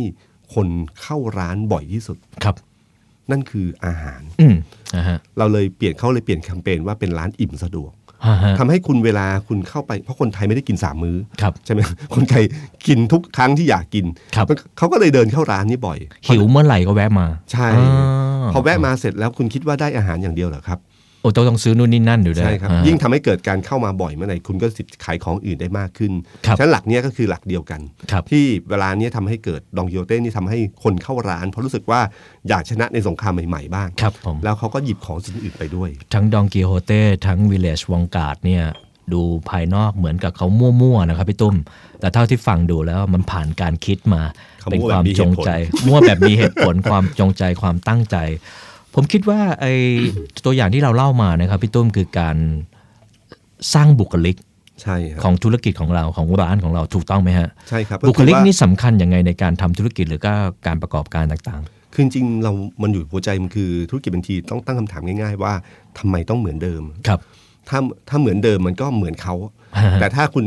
Speaker 5: คนเข้าร้านบ่อยที่สุด
Speaker 4: ครับ
Speaker 5: นั่นคืออาหาร
Speaker 4: อืมอ่าฮะ
Speaker 5: เราเลยเปลี่ยนเขาเลยเปลี่ยนแคมเปญว่าเป็นร้านอิ่มสะดวก
Speaker 4: อ่าฮะ
Speaker 5: ทำให้คุณเวลาคุณเข้าไป เพราะคนไทยไม่ได้กินสามมื้อ
Speaker 4: ครับ
Speaker 5: ใช่ไหม คนไทยกินทุกครั้งที่อยากกิน
Speaker 4: ครับ
Speaker 5: มันเขาก็เลยเดินเข้าร้านนี้บ่อย
Speaker 4: หิวเมื่อไหร่ก็แวะมา
Speaker 5: ใช่
Speaker 4: อ่า
Speaker 5: พอแวะมาเสร็จแล้วคุณคิดว่าได้อาหารอย่างเดียวเหรอครับ
Speaker 4: โอ้ต้องต้องซื้อนู่นนี่นั่นอยู่ด้วย
Speaker 5: ใช่ครับ
Speaker 4: อ่า
Speaker 5: ยิ่งทำให้เกิดการเข้ามาบ่อยเมื่อไหร่คุณก็สิทธิ์ขายของอื่นได้มากขึ้น
Speaker 4: ครับ
Speaker 5: ฉะนั้นหลักเนี้ยก็คือหลักเดียวกัน
Speaker 4: ครับ
Speaker 5: ที่เวลาเนี้ยทำให้เกิดดองกิโยเต้นี่ทำให้คนเข้าร้าน เพราะรู้สึกว่าอยากชนะในสงครามใหม่ๆบ้าง
Speaker 4: ครับผม
Speaker 5: แล้วเขาก็หยิบของสิ่งอื่นไปด้วย
Speaker 4: ทั้งดองกีโฮเต้ทั้งวิเลจวองการ์ดเนี่ยดูภายนอกเหมือนกับเขามั่วๆนะครับพี่ตุ้ม แต่เท่าที่ฟังดูแล้วมันผ่านการคิดมา
Speaker 5: เขา
Speaker 4: เป็น
Speaker 5: มั่ว
Speaker 4: ความ
Speaker 5: แบบมีเห
Speaker 4: จ
Speaker 5: ตุผล
Speaker 4: งใจ มั่วแบบมีเหตุผล ความจงใจความตั้งใจ ผมคิดว่าไอ้ตัวอย่างที่เราเล่ามานะครับพี่ตุ้มคือการสร้างบุคลิก
Speaker 5: ใช่ครับ
Speaker 4: ของธุรกิจของเราของร้านของเราถูกต้องไหมฮะ
Speaker 5: ใช่ครับ
Speaker 4: บุคลิก
Speaker 5: อว่า
Speaker 4: นี่สำคัญยังไงในการทำธุรกิจหรือก็การประกอบการต่าง
Speaker 5: คือจริงๆเรา มันอยู่หัวใจมันคือธุรกิจบัญชีต้องตั้งคำถามง่ายๆ ว่าทำไมต้องเหมือนเดิม
Speaker 4: ๆ ครับ
Speaker 5: ถ้าถ้าเหมือนเดิมมันก็เหมือนเขา
Speaker 4: ฮะฮะ
Speaker 5: แต่ถ้าคุณ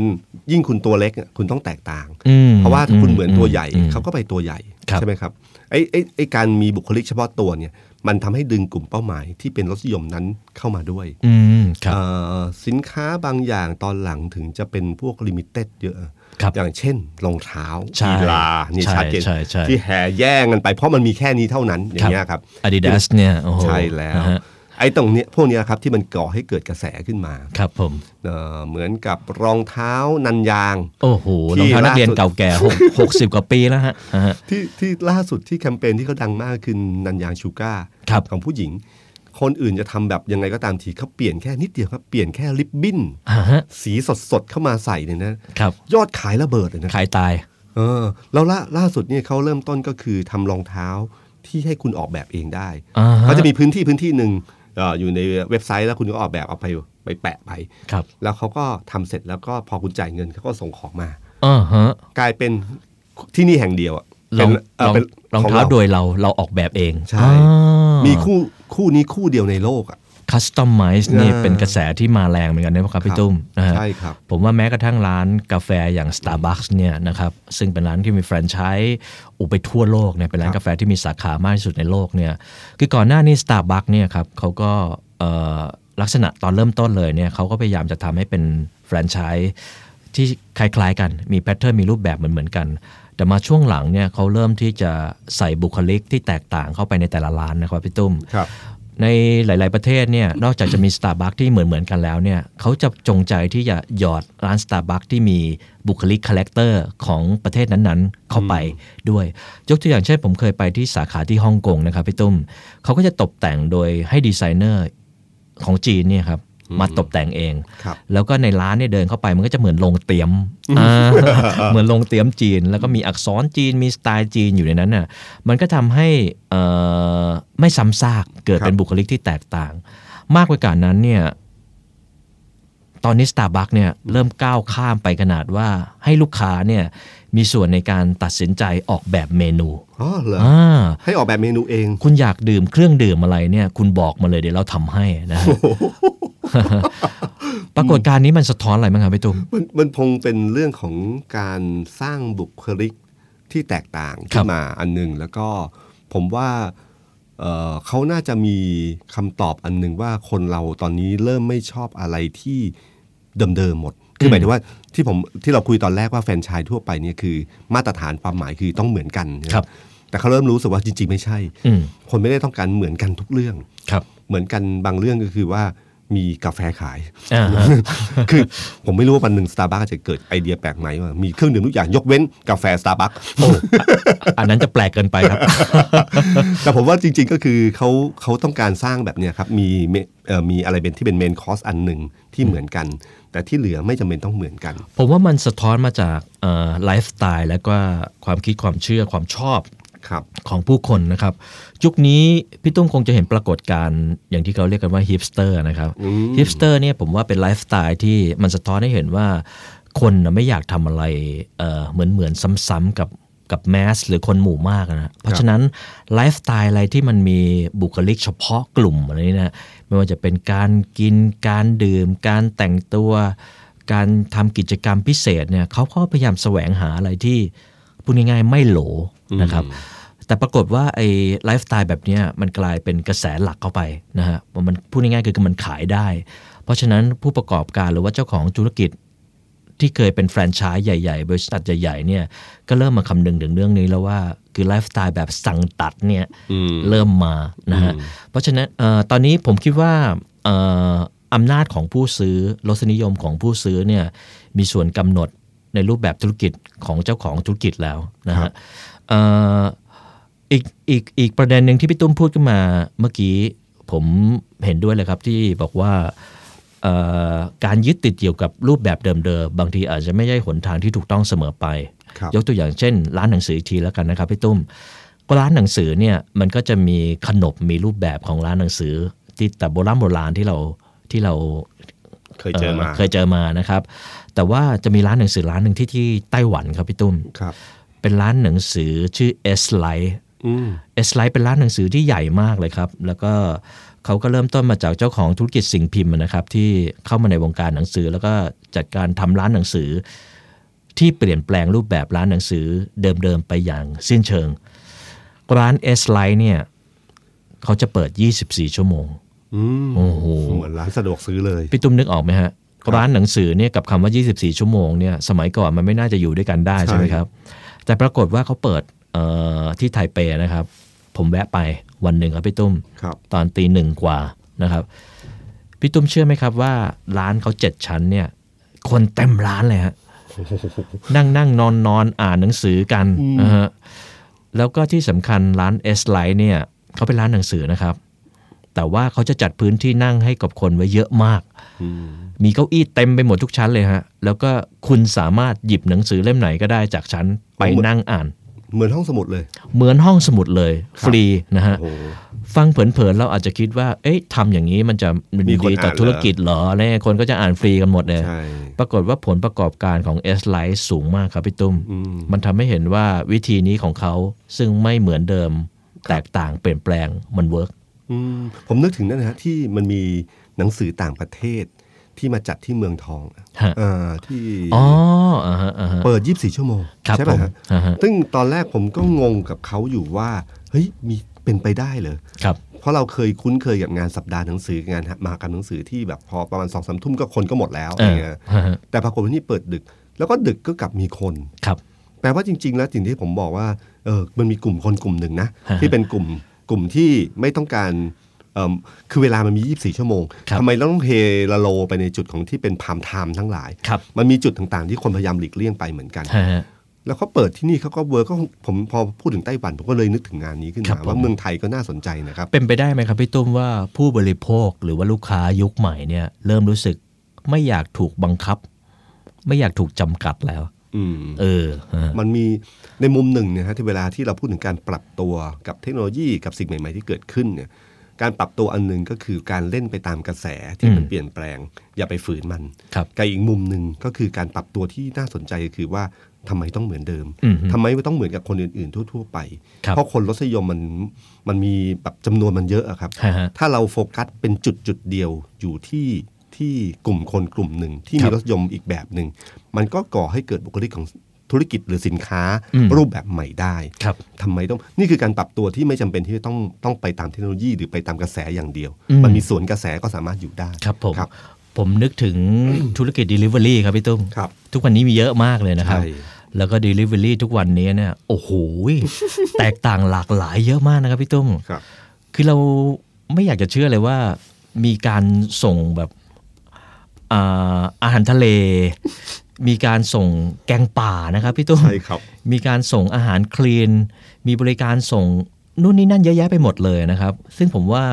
Speaker 5: ยิ่งคุณตัวเล็กอะคุณต้องแตกต่าง
Speaker 4: อืม
Speaker 5: เพราะว่าถ้าคุณเหมือนตัวใหญ่
Speaker 4: อืม
Speaker 5: เขาก็ไปตัวใหญ่
Speaker 4: ครับ
Speaker 5: ใช่ไหมครับไอ้ไอ้ไอ้การมีบุคลิกเฉพาะตัวเนี่ยมันทำให้ดึงกลุ่มเป้าหมายที่เป็นรสนิยมนั้นเข้ามาด้วย
Speaker 4: อืมครับ
Speaker 5: เอ่อสินค้าบางอย่างตอนหลังถึงจะเป็นพวกลิมิเต็ดเยอะ
Speaker 4: ครับ
Speaker 5: อย่างเช่นรองเท้า
Speaker 4: ใช่
Speaker 5: กีฬานี่
Speaker 4: ใช่
Speaker 5: ชัดเจน
Speaker 4: ใช่ใช่
Speaker 5: ที่แห่แย่งกันไปเพราะมันมีแค่นี้เท่านั้นอย่างเงี้ยครับ
Speaker 4: อาดิดาสเนี่ยโอ้โห
Speaker 5: ใช่แล้ว
Speaker 4: นะฮะ
Speaker 5: ไอ้ตรงเนี้ยพวกเนี้ยครับที่มันก่อให้เกิดกระแสขึ้นมา
Speaker 4: ครับผม
Speaker 5: เอ่อเหมือนกับรองเท้านันยาง
Speaker 4: โอ้โหรอง
Speaker 5: ที่
Speaker 4: เท้านัก
Speaker 5: ล่า
Speaker 4: เรียน
Speaker 5: สุด
Speaker 4: เก่าแก่หก หกสิบกว่าปีแล้วฮะอ่าฮะ
Speaker 5: ที่ที่ล่าสุดที่แคมเปญที่เขาดังมากคือนันยางชูก้า
Speaker 4: ครับ
Speaker 5: ของผู้หญิง คนอื่นจะทำแบบยังไงก็ตามทีเขาเปลี่ยนแค่นิดเดียวครับ เปลี่ยนแค่ลิปบิ้น
Speaker 4: อ่าฮะ
Speaker 5: สีสดๆเข้ามาใส่เนี่ยนะครับ ยอดขายระเบิดเลยนะ
Speaker 4: ขายตาย
Speaker 5: เออแล้วล่าล่าสุดเนี่ยเขาเริ่มต้นก็คือทำรองเท้าที่ให้คุณออกแบบเองได้
Speaker 4: อ่าฮะ
Speaker 5: เขาจะมีพื้นที่พื้นที่หนึ่งเอ่ออยู่ในเว็บไซต์แล้วคุณก็ออกแบบเอาไปไปแปะไป
Speaker 4: ครับ
Speaker 5: แล้วเขาก็ทำเสร็จแล้วก็พอคุณจ่ายเงินเขาก็ส่งของมา
Speaker 4: อ่าฮะ
Speaker 5: กลายเป็นที่นี่แห่งเดียวอะ
Speaker 4: ร
Speaker 5: เป็
Speaker 4: อนง
Speaker 5: เอ่
Speaker 4: รอ
Speaker 5: อ
Speaker 4: ง
Speaker 5: เป็น
Speaker 4: รอง
Speaker 5: ข
Speaker 4: เท้า
Speaker 5: เรา
Speaker 4: โดยเราเราออกแบบเอง
Speaker 5: ใช่
Speaker 4: อ่า
Speaker 5: มีคู่คู่นี้คู่เดียวในโลกอะ
Speaker 4: คัสตอมไมซ์นี่
Speaker 5: อ่า
Speaker 4: เป็นกระแสที่มาแรงเหมือนกันนะครับ
Speaker 5: ครั
Speaker 4: พี่
Speaker 5: บ
Speaker 4: ตุ้มนะฮะ
Speaker 5: ใช่ครับ
Speaker 4: ผมว่าแม้กระทั่งร้านกาแฟอย่าง Starbucks เนี่ยนะครับซึ่งเป็นร้านที่มีแฟรนไชส์อุไปทั่วโลกเนี่ยเป็นร้านกาแฟที่มีสาขามากที่สุดในโลกเนี่ยคือก่อนหน้านี้ Starbucks เนี่ยครับเขาก็เอ่อลักษณะตอนเริ่มต้นเลยเนี่ยเขาก็พยายามจะทำให้เป็นแฟรนไชส์ ที่คล้ายๆกัน มีแพทเทิร์น มีรูปแบบเหมือนๆกัน แต่มาช่วงหลังเนี่ยเขาเริ่มที่จะใส่บุคลิกที่แตกต่างเข้าไปในแต่ละร้านนะครับพี่ตุ้ม
Speaker 5: ครับ
Speaker 4: ในหลาย ๆ ประเทศเนี่ย นอกจากจะมี Starbucks ที่เหมือน ๆ กันแล้วเนี่ยเขาจะจงใจที่จะหยอดร้าน Starbucks ที่มีบุคลิกคาแรคเตอร์ของประเทศนั้น ๆ เข้าไปด้วย ยกตัวอย่างเช่นผมเคยไปที่สาขาที่ฮ่องกงนะครับพี่ตุ้มเขาก็จะตกแต่งโดยให้ดีไซเนอร์ของจีนเนี่ยครับมาตกแต่งเอง
Speaker 5: ครับ
Speaker 4: แล้วก็ในร้านเนี่ยเดินเข้าไปมันก็จะเหมือนโรงเตรียมอ่า เหมือนโรงเตรียมจีน แล้วก็มีอักษรจีนมีสไตล์จีนอยู่ในนั้นน่ะมันก็ทำให้เอ่อไม่ซ้ำซากเกิด
Speaker 5: ครับ
Speaker 4: เป็นบุคลิกที่แตกต่าง มากไปกว่านั้นเนี่ย ตอนนี้ Starbucks เนี่ยเริ่มก้าวข้ามไปขนาดว่าให้ลูกค้าเนี่ยมีส่วนในการตัดสินใจออกแบบเมนู
Speaker 5: อ๋อเหรอ
Speaker 4: อ่า
Speaker 5: ให้ออกแบบเมนูเอง
Speaker 4: คุณอยากดื่มเครื่องดื่มอะไรเนี่ยคุณบอกมาเลยเดี๋ยวเราทำให้นะฮะ ปรากฏการณ์นี้มันสะท้อนอะไรบ้างครับพี่ตุ้ม
Speaker 5: มันมันคงเป็นเรื่องของการสร้างบุคลิกที่แตกต่างขึ้นมาอันหนึ่งแล้วก็ผมว่าเอ่อเขาน่าจะมีคำตอบอันหนึ่งว่าคนเราตอนนี้เริ่มไม่ชอบอะไรที่เดิมๆหมด คือหมายถึงว่าที่ผมที่เราคุยตอนแรกว่าแฟรนไชายทั่วไปเนี่ยคือมาตรฐานความหมายคือต้องเหมือนกัน
Speaker 4: ครับ
Speaker 5: แต่เขาเริ่มรู้สึกว่าจริงๆไม่ใช่
Speaker 4: อืม
Speaker 5: คนไม่ได้ต้องการเหมือนกันทุกเรื่อง
Speaker 4: ครับ
Speaker 5: เหมือนกันบางเรื่องก็คือว่ามีกาแฟขาย
Speaker 4: อ่าฮะ
Speaker 5: คือผมไม่รู้ว่าวันหนึ่งสตาร์บัคจะเกิดไอเดียแปลกใหม่ว่ามีเครื่องดื่มทุกอย่างยกเว้นกาแฟสตาร์บัค
Speaker 4: โอ้อันนั้นจะแปลกเกินไปครับ
Speaker 5: แต่ผมว่าจริงๆก็คือเขาเขาต้องการสร้างแบบเนี้ยครับมีเมเอ่อมีอะไรเป็นที่เป็นเมนคอร์สอันหนึ่งที่เหมือนกัน แต่ที่เหลือไม่จำเป็นต้องเหมือนกัน
Speaker 4: ผมว่ามันสะท้อนมาจากไลฟ์สไตล์และก็ความคิดความเชื่อความชอบ
Speaker 5: ครับ
Speaker 4: ของผู้คนนะครับ ยุคนี้พี่ตุ้มคงจะเห็นปรากฏการณ์อย่างที่เขาเรียกกันว่าฮิปสเตอร์นะครับฮิปสเตอร์เนี่ยผมว่าเป็นไลฟ์สไตล์ที่มันสะท้อนให้เห็นว่า คนน่ะไม่อยากทำอะไรเหมือนเหมือนๆซ้ำๆกับกับแมสหรือคนหมู่มากนะเพราะฉะนั้นไลฟ์สไตล์อะไรที่มันมีบุคลิกเฉพาะกลุ่มอะไรนี่นะไม่ว่าจะเป็นการกินการดื่ม การแต่งตัว การทำกิจกรรมพิเศษเนี่ยเขาก็พยายามแสวงหาอะไรที่พูดง่ายๆไม่โหลนะครับ แต่ปรากฏว่าไอ้ไลฟ์สไตล์แบบเนี้ยมันกลายเป็นกระแสหลักเข้าไปนะฮะมันพูดง่ายๆคือมันขายได้ เพราะฉะนั้นผู้ประกอบการหรือว่าเจ้าของธุรกิจ ที่เคยเป็นแฟรนไชส์ใหญ่ๆ บริษัทใหญ่ ๆ เนี่ย ก็เริ่มมาคำนึงถึงเรื่องนี้แล้วว่าคือไลฟ์สไตล์แบบสั่งตัดเนี่ยเริ่มมานะฮะเพราะฉะนั้นเอ่อตอนนี้ผมคิดว่าเอ่ออำนาจของผู้ซื้อรสนิยมของผู้ซื้อเนี่ยมีส่วนกำหนดในรูปแบบธุรกิจของเจ้าของธุรกิจแล้วนะฮะเอ่อ อีกอีกอีกประเด็นหนึ่งที่พี่ตุ้มพูดขึ้นมาเมื่อกี้ผมเห็นด้วยเลยครับที่บอกว่าเอ่อการยึดติดเกี่ยวกับรูปแบบเดิมๆบางทีอาจจะไม่ใช่หนทางที่ถูกต้องเสมอไป
Speaker 5: ครับ
Speaker 4: ยกตัวอย่างเช่น ร้านหนังสืออีกทีแล้วกันนะครับพี่ตุ้มก็ร้านหนังสือเนี่ยมันก็จะมีขนบมีรูปแบบของร้านหนังสือ ที่แต่โบราณโบราณที่เราที่เรา
Speaker 5: เคยเจอมา
Speaker 4: เคยเจอมานะครับ แต่ว่าจะมีร้านหนังสือร้านหนึ่งที่ที่ไต้หวันครับพี่ตุ้ม
Speaker 5: ครับ
Speaker 4: เป็นร้านหนังสือชื่อ S Light
Speaker 5: อืม
Speaker 4: S Light เป็นร้านหนังสือที่ใหญ่มากเลยครับ แล้วก็เขาก็เริ่มต้นมาจากเจ้าของธุรกิจสิ่งพิมพ์นะครับ ที่เข้ามาในวงการหนังสือ แล้วก็จัดการทำร้านหนังสือ ที่เปลี่ยนแปลงรูปแบบร้านหนังสือเดิมๆไปอย่างสิ้นเชิง ร้าน S Light เนี่ยเขาจะเปิด 24 ชั่วโมง
Speaker 5: อืม
Speaker 4: โอ้โห
Speaker 5: เหมือนร้านสะดวกซื้อเลย
Speaker 4: พี่ตุ้มนึกออกไหมฮะ ร้านหนังสือเนี่ยกับคำว่า 24 ชั่วโมงเนี่ยสมัยก่อนมันไม่น่าจะอยู่ด้วยกันได้
Speaker 5: ใช่
Speaker 4: ใช่ไหมครับ แต่ปรากฏว่าเขาเปิดเอ่อที่ไทเปนะครับ ผมแวะไปวันหนึ่งครับพี่ตุ้ม
Speaker 5: ครับ
Speaker 4: ตอนตีหนึ่งกว่านะครับ พี่ตุ้มเชื่อไหมครับว่าร้านเขาเจ็ดชั้นเนี่ยคนเต็มร้านเลยฮะนั่งนั่งนอนนอนอ่านหนังสือกันนะฮะแล้วก็ที่สำคัญร้าน S l i เนี่ยเขาเป็นร้านหนังสือนะครับ แต่ว่าเขาจะจัดพื้นที่นั่งให้กับคนไว้เยอะมาก มีเก้าอี้เต็มไปหมดทุกชั้นเลยฮะ แล้วก็คุณสามารถหยิบหนังสือเล่มไหนก็ได้จากชั้นไปนั่งอ่าน
Speaker 5: เหมือนห้องสมุดเลย
Speaker 4: เหมือนห้องสมุดเลยฟรีนะฮะ
Speaker 5: โอ้โห
Speaker 4: ฟังเผินๆเราอาจจะคิดว่า เอ๊ะทำอย่างนี้มันจะมัน
Speaker 5: มีคน
Speaker 4: ดีต่อ
Speaker 5: อ่านเหรอ
Speaker 4: ธุรกิจเหรออะไรเงี้ยคนก็จะอ่านฟรีกันหมดเลย
Speaker 5: ใช่
Speaker 4: ปรากฏว่าผลประกอบการของ S l i สูงมากครับพี่ตุ้ม มันทำให้เห็นว่าวิธีนี้ของเขาซึ่งไม่เหมือนเดิม แตกต่างเปลี่ยนแปลงมันเวิร์ก
Speaker 5: อืมผมนึกถึงนั่นนะฮะที่มันมีหนังสือต่างประเทศที่มาจัดที่เมืองทองอะ
Speaker 4: ฮะ
Speaker 5: เอ่อที่
Speaker 4: อ๋ออ่าฮะอ่าฮะ
Speaker 5: เปิด 24 ชั่วโมง
Speaker 4: ครับ
Speaker 5: ใช่ป่ะฮะ
Speaker 4: ผมอ่าฮะ
Speaker 5: ซึ่งตอนแรกผมก็งงกับเขาอยู่ว่า เฮ้ย มีเป็นไปได้เหรอ
Speaker 4: ครับ
Speaker 5: เพราะเราเคยคุ้นเคยกับงานสัปดาห์หนังสือ งานมหากรรมหนังสือที่แบบพอประมาณสองสามทุ่มก็คนก็หมดแล้ว
Speaker 4: เออ
Speaker 5: อะไรเงี้ย
Speaker 4: ฮะฮะ
Speaker 5: แต่ปรากฏว่านี่เปิดดึก แล้วก็ดึกก็กลับมีคน
Speaker 4: ครับ
Speaker 5: แปลว่าจริง ๆ แล้วสิ่งที่ผมบอกว่าเออมันมีกลุ่มคนกลุ่มหนึ่งนะ
Speaker 4: ฮะ
Speaker 5: ที่เป็นกลุ่มกลุ่มที่ไม่ต้องการเอิ่มคือเวลามันมี 24 ชั่วโมง
Speaker 4: ครับ
Speaker 5: ทำไมเราต้องเทละโลไปในจุดของที่เป็นพามไทม์ทั้งหลาย
Speaker 4: ครับ
Speaker 5: มันมีจุดต่างๆ ที่คนพยายามหลีกเลี่ยงไปเหมือนกัน
Speaker 4: ฮะฮะ
Speaker 5: แล้วเขาเปิดที่นี่เขาก็เวิร์กก็ผมพอพูดถึงไต้หวันผมก็เลยนึกถึงงานนี้ขึ้น
Speaker 4: ครับ
Speaker 5: มา
Speaker 4: ผม
Speaker 5: ว่าเมืองไทยก็น่าสนใจนะครับ
Speaker 4: เป็นไปได้ไหมครับพี่ตุ้มว่าผู้บริโภคหรือว่าลูกค้ายุคใหม่เนี่ยเริ่มรู้สึกไม่อยากถูกบังคับ ไม่อยากถูกจำกัดแล้ว
Speaker 5: อืม
Speaker 4: เออฮะ
Speaker 5: มันมีในมุมหนึ่งเนยฮะที่เวลาที่เราพูดถึงการปรับตัวกับเทคโนโลยีกับสิ่งใหม่ ๆ ที่เกิดขึ้นเนี่ย การปรับตัวอันหนึ่งก็คือการเล่นไปตามกระแสที่มัน
Speaker 4: อืม
Speaker 5: เปลี่ยนแปลง อย่าไปฝืนมัน
Speaker 4: ครับ
Speaker 5: กับอีกมุมหนึ่งก็คือการปรับตัวที่น่าสนใจคือว่าทำไมต้องเหมือนเดิม
Speaker 4: อืม
Speaker 5: ทำไมต้องเหมือนกับคนอื่นๆ ทั่ว ๆ ไป
Speaker 4: ครับ
Speaker 5: เพราะคนรสนิยมมันมันมีแบบจำนวนมันเยอะอะครับ
Speaker 4: ฮะฮะ
Speaker 5: ถ้าเราโฟกัสเป็นจุดจุดๆเดียวอยู่ที่ที่กลุ่มคนกลุ่มหนึ่งที่
Speaker 4: ครั
Speaker 5: มี
Speaker 4: บ
Speaker 5: รสนิยมอีกแบบหนึ่งมันก็ก่อให้เกิดบุคลิกของธุรกิจหรือสินค้า
Speaker 4: อืม
Speaker 5: รูปแบบใหม่ได้
Speaker 4: ครับ
Speaker 5: ทำไมต้องนี่คือการปรับตัวที่ไม่จำเป็นที่จะต้องต้องไปตามเทคโนโลยีหรือไปตามกระแสอย่างเดียว
Speaker 4: อืม
Speaker 5: มันมีสวนกระแสก็สามารถอยู่ได้
Speaker 4: ครับผม
Speaker 5: ครับ
Speaker 4: ผมนึกถึง ธุรกิจ Delivery ครับพี่ตุ้ม
Speaker 5: ครับ
Speaker 4: ทุกวันนี้มีเยอะมากเลยนะครับ
Speaker 5: ใช่
Speaker 4: แล้วก็ Delivery ทุกวันนี้เนี่ยโอ้โห ย แตกต่างหลากหลายเยอะมากนะครับพี่ตุ้ม
Speaker 5: ครับ
Speaker 4: คือเราไม่อยากจะเชื่อเลยว่ามีการส่งแบบอ่าอาหารทะเล มีการส่งแกงป่านะครับพี่ตุ้ม
Speaker 5: ใช่ครับ
Speaker 4: มีการส่งอาหารคลีน มีบริการส่งนู่นนี่นั่นเยอะแยะไปหมดเลยนะครับ ซึ่งผมว่า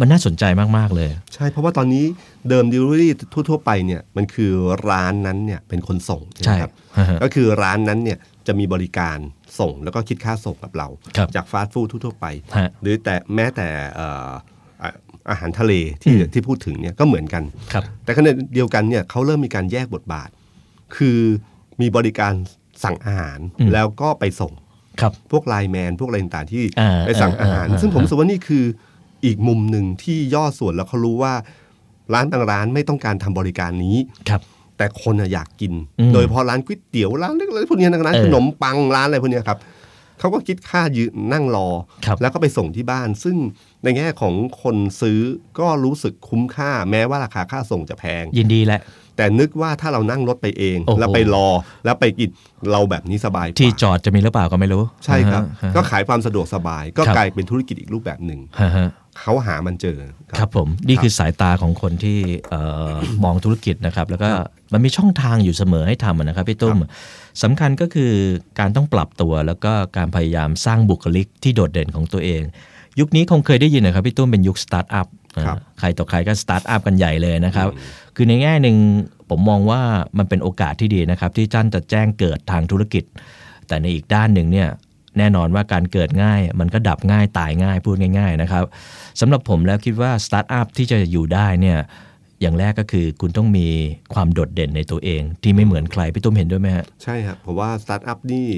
Speaker 4: มันน่าสนใจมาก ๆ เลย
Speaker 5: ใช่เพราะว่าตอนนี้เดิม delivery ทั่ว ๆ ไปเนี่ยมันคือร้านนั้นเนี่ยเป็นคนส่ง
Speaker 4: ใช่
Speaker 5: ใช่ไหมครับ
Speaker 4: ฮะฮะ
Speaker 5: ก็คือร้านนั้นเนี่ยจะมีบริการส่งแล้วก็คิดค่าส่งกับเรา
Speaker 4: ครับ
Speaker 5: จากฟาสต์ฟู้ดทั่ว ๆ ไป
Speaker 4: ฮะ
Speaker 5: หรือแต่แม้แต่เอ่ออ่ะอาหารทะเลที่
Speaker 4: อืม
Speaker 5: ที่พูดถึงเนี่ยก็เหมือนกัน
Speaker 4: ครับ
Speaker 5: แต่ขณะเดียวกันเนี่ยเขาเริ่มมีการแยกบทบาท คือมีบริการสั่งอาหาร
Speaker 4: อืม
Speaker 5: แล้วก็ไปส่ง
Speaker 4: ครับ
Speaker 5: พวกไลน์แมน พวกอะไรต่างๆที่
Speaker 4: อ่า
Speaker 5: ไปสั่งอาหาร
Speaker 4: อ่าอ่า
Speaker 5: ซึ่งผม
Speaker 4: อ่า
Speaker 5: รู้สึกว่านี่คืออีกมุมหนึ่งที่ย่อส่วนแล้วเขารู้ว่า ร้านบางร้านไม่ต้องการทำบริการนี้
Speaker 4: ครับ
Speaker 5: แต่คนน่ะอยากกิน
Speaker 4: อืม
Speaker 5: โดยเฉพอร้านก๋วยเตี๋ยวร้านเล็กอะไรพวกเนี้ยนะร้าน
Speaker 4: เออ
Speaker 5: ขนมปังร้านอะไรพวกเนี้ยครับเขาก็คิดค่ายืนนั่งรอ
Speaker 4: ครับ
Speaker 5: แล้วก็ไปส่งที่บ้าน ซึ่งในแง่ของคนซื้อก็รู้สึกคุ้มค่า แม้ว่าราคาค่าส่งจะแพง
Speaker 4: ยินดีแหละ
Speaker 5: แต่นึกว่าถ้าเรานั่งรถไปเอง
Speaker 4: โอ้โห
Speaker 5: แล้วไปรอแล้วไปกินเราแบบนี้สบายกว่า
Speaker 4: ที่จอดจะมีหรือเปล่าก็ไม่รู้
Speaker 5: ใช่ครับ
Speaker 4: ฮะฮะ
Speaker 5: ก็ขายความสะดวกสบาย ก็
Speaker 4: ครับ
Speaker 5: กลายเป็นธุรกิจอีกรูปแบบหนึ่ง
Speaker 4: ฮะฮะ
Speaker 5: เขาหามันเจอ
Speaker 4: ครับผมนี่คือสายตาของคนที่เอ่อ มองธุรกิจนะครับ แล้วก็มันมีช่องทางอยู่เสมอให้ทำนะครับพี่ตุ้มสำคัญก็คือการต้องปรับตัวแล้วก็การพยายามสร้างบุคลิกที่โดดเด่นของตัวเอง ยุคนี้คงเคยได้ยินนะครับพี่ตุ้มเป็นยุคสตาร์ทอัพนะครับ ใครต่อใครก็สตาร์ทอัพกันใหญ่เลยนะครับ คือในแง่หนึ่งผมมองว่ามันเป็นโอกาสที่ดีนะครับ ที่จ้านจะแจ้งเกิดทางธุรกิจ แต่ในอีกด้านหนึ่งเนี่ยแน่นอนว่าการเกิดง่าย มันก็ดับง่ายตายง่ายพูดง่าย ๆ นะครับสำหรับผมแล้วคิดว่าสตาร์ทอัพที่จะอยู่ได้เนี่ยอย่างแรกก็คือคุณต้องมีความโดดเด่นในตัวเอง ที่ไม่เหมือนใครพี่ตุ้มเห็นด้วยไหมฮะ
Speaker 5: ใช่ครับผมว่าสตาร์ทอัพนี่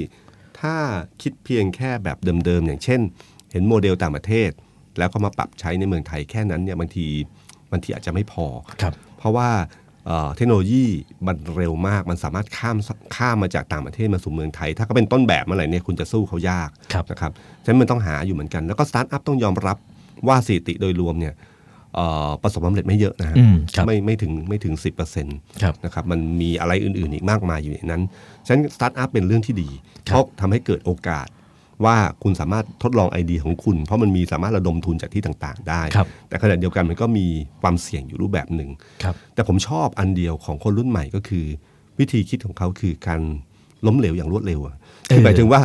Speaker 5: ถ้าคิดเพียงแค่แบบเดิมๆ อย่างเช่น เห็นโมเดลต่างประเทศ แล้วก็มาปรับใช้ในเมืองไทยแค่นั้นเนี่ยบางทีบางทีอาจจะไม่พอ
Speaker 4: ครับ
Speaker 5: เพราะว่าเอ่อเทคโนโลยีมันเร็วมากมันสามารถข้ามข้ามมาจากต่างประเทศมาสู่เมืองไทย ถ้าเขาเป็นต้นแบบเมื่อไหร่เนี่ยคุณจะสู้เขายาก
Speaker 4: ครับ
Speaker 5: นะครับฉะนั้นมันต้องหาอยู่เหมือนกัน แล้วก็สตาร์ทอัพต้องยอมรับว่าสถิติโดยรวมเนี่ยเอ่อประสบความสำเร็จไม่เยอะนะฮะ
Speaker 4: อืมครับ
Speaker 5: ไม่ไม่ถึงไม่ถึง 10%
Speaker 4: ครับ
Speaker 5: นะครับมันมีอะไรอื่นๆอีกมากมายอยู่ในนั้น ฉะนั้นสตาร์ทอัพเป็นเรื่องที่ดี
Speaker 4: ครับ
Speaker 5: เพราะทำให้เกิดโอกาส ว่าคุณสามารถทดลองไอเดียของคุณ เพราะมันมีสามารถระดมทุนจากที่ต่างๆ ได้
Speaker 4: ครับ
Speaker 5: แต่ขณะเดียวกันมันก็มีความเสี่ยงอยู่รูปแบบหนึ่ง
Speaker 4: ครับ
Speaker 5: แต่ผมชอบอันเดียวของคนรุ่นใหม่ก็คือ วิธีคิดของเขาคือการล้มเหลวอย่างรวดเร็วอะคือหมายถึงว่า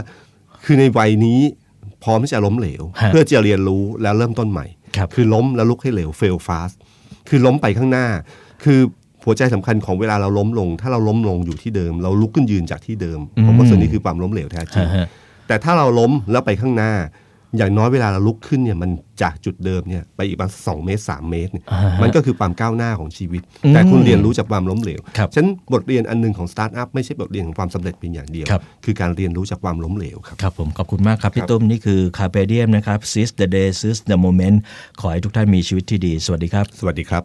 Speaker 5: คือในวัยนี้พร้อมที่จะล้มเหลว
Speaker 4: ฮะ
Speaker 5: เพื่อจะเรียนรู้แล้วเริ่มต้นใหม่
Speaker 4: ครับ
Speaker 5: คือล้มแล้วลุกให้เหลว fail fast คือล้มไปข้างหน้า คือหัวใจสำคัญของเวลาเราล้มลง ถ้าเราล้มลงอยู่ที่เดิม เราลุกขึ้นยืนจากที่เดิมผมว่าส่วนนี้คือความล้มเหลวแท้จริง
Speaker 4: ฮะฮะ
Speaker 5: แต่ถ้าเราล้มแล้วไปข้างหน้า อย่างน้อยเวลาเราลุกขึ้นเนี่ยมันจากจุดเดิมเนี่ยไปอีกประมาณสองเมตรสามเมตรเนี่ย
Speaker 4: อ่าฮะ
Speaker 5: มันก็คือความก้าวหน้าของชีวิต
Speaker 4: อืม
Speaker 5: แต่คุณเรียนรู้จากความล้มเหลว
Speaker 4: ครับ
Speaker 5: ฉะนันบทเรียนอันหนึงของสตาร์ทอัพไม่ใช่บทเรียนของความสำเร็จเพียงอย่างเดียว
Speaker 4: ครับ
Speaker 5: อการเรียนรู้จากความล้มเหลวครับ
Speaker 4: ครับผมขอบคุณมากครับ
Speaker 5: ค
Speaker 4: พี่
Speaker 5: รับ
Speaker 4: ตุ้ม นี่คือคาเปเดียมนะครับ seize the day seize the moment ขอให้ทุกท่านมีชีวิตที่ดี สวัสดีครับ
Speaker 5: สวัสดีครับ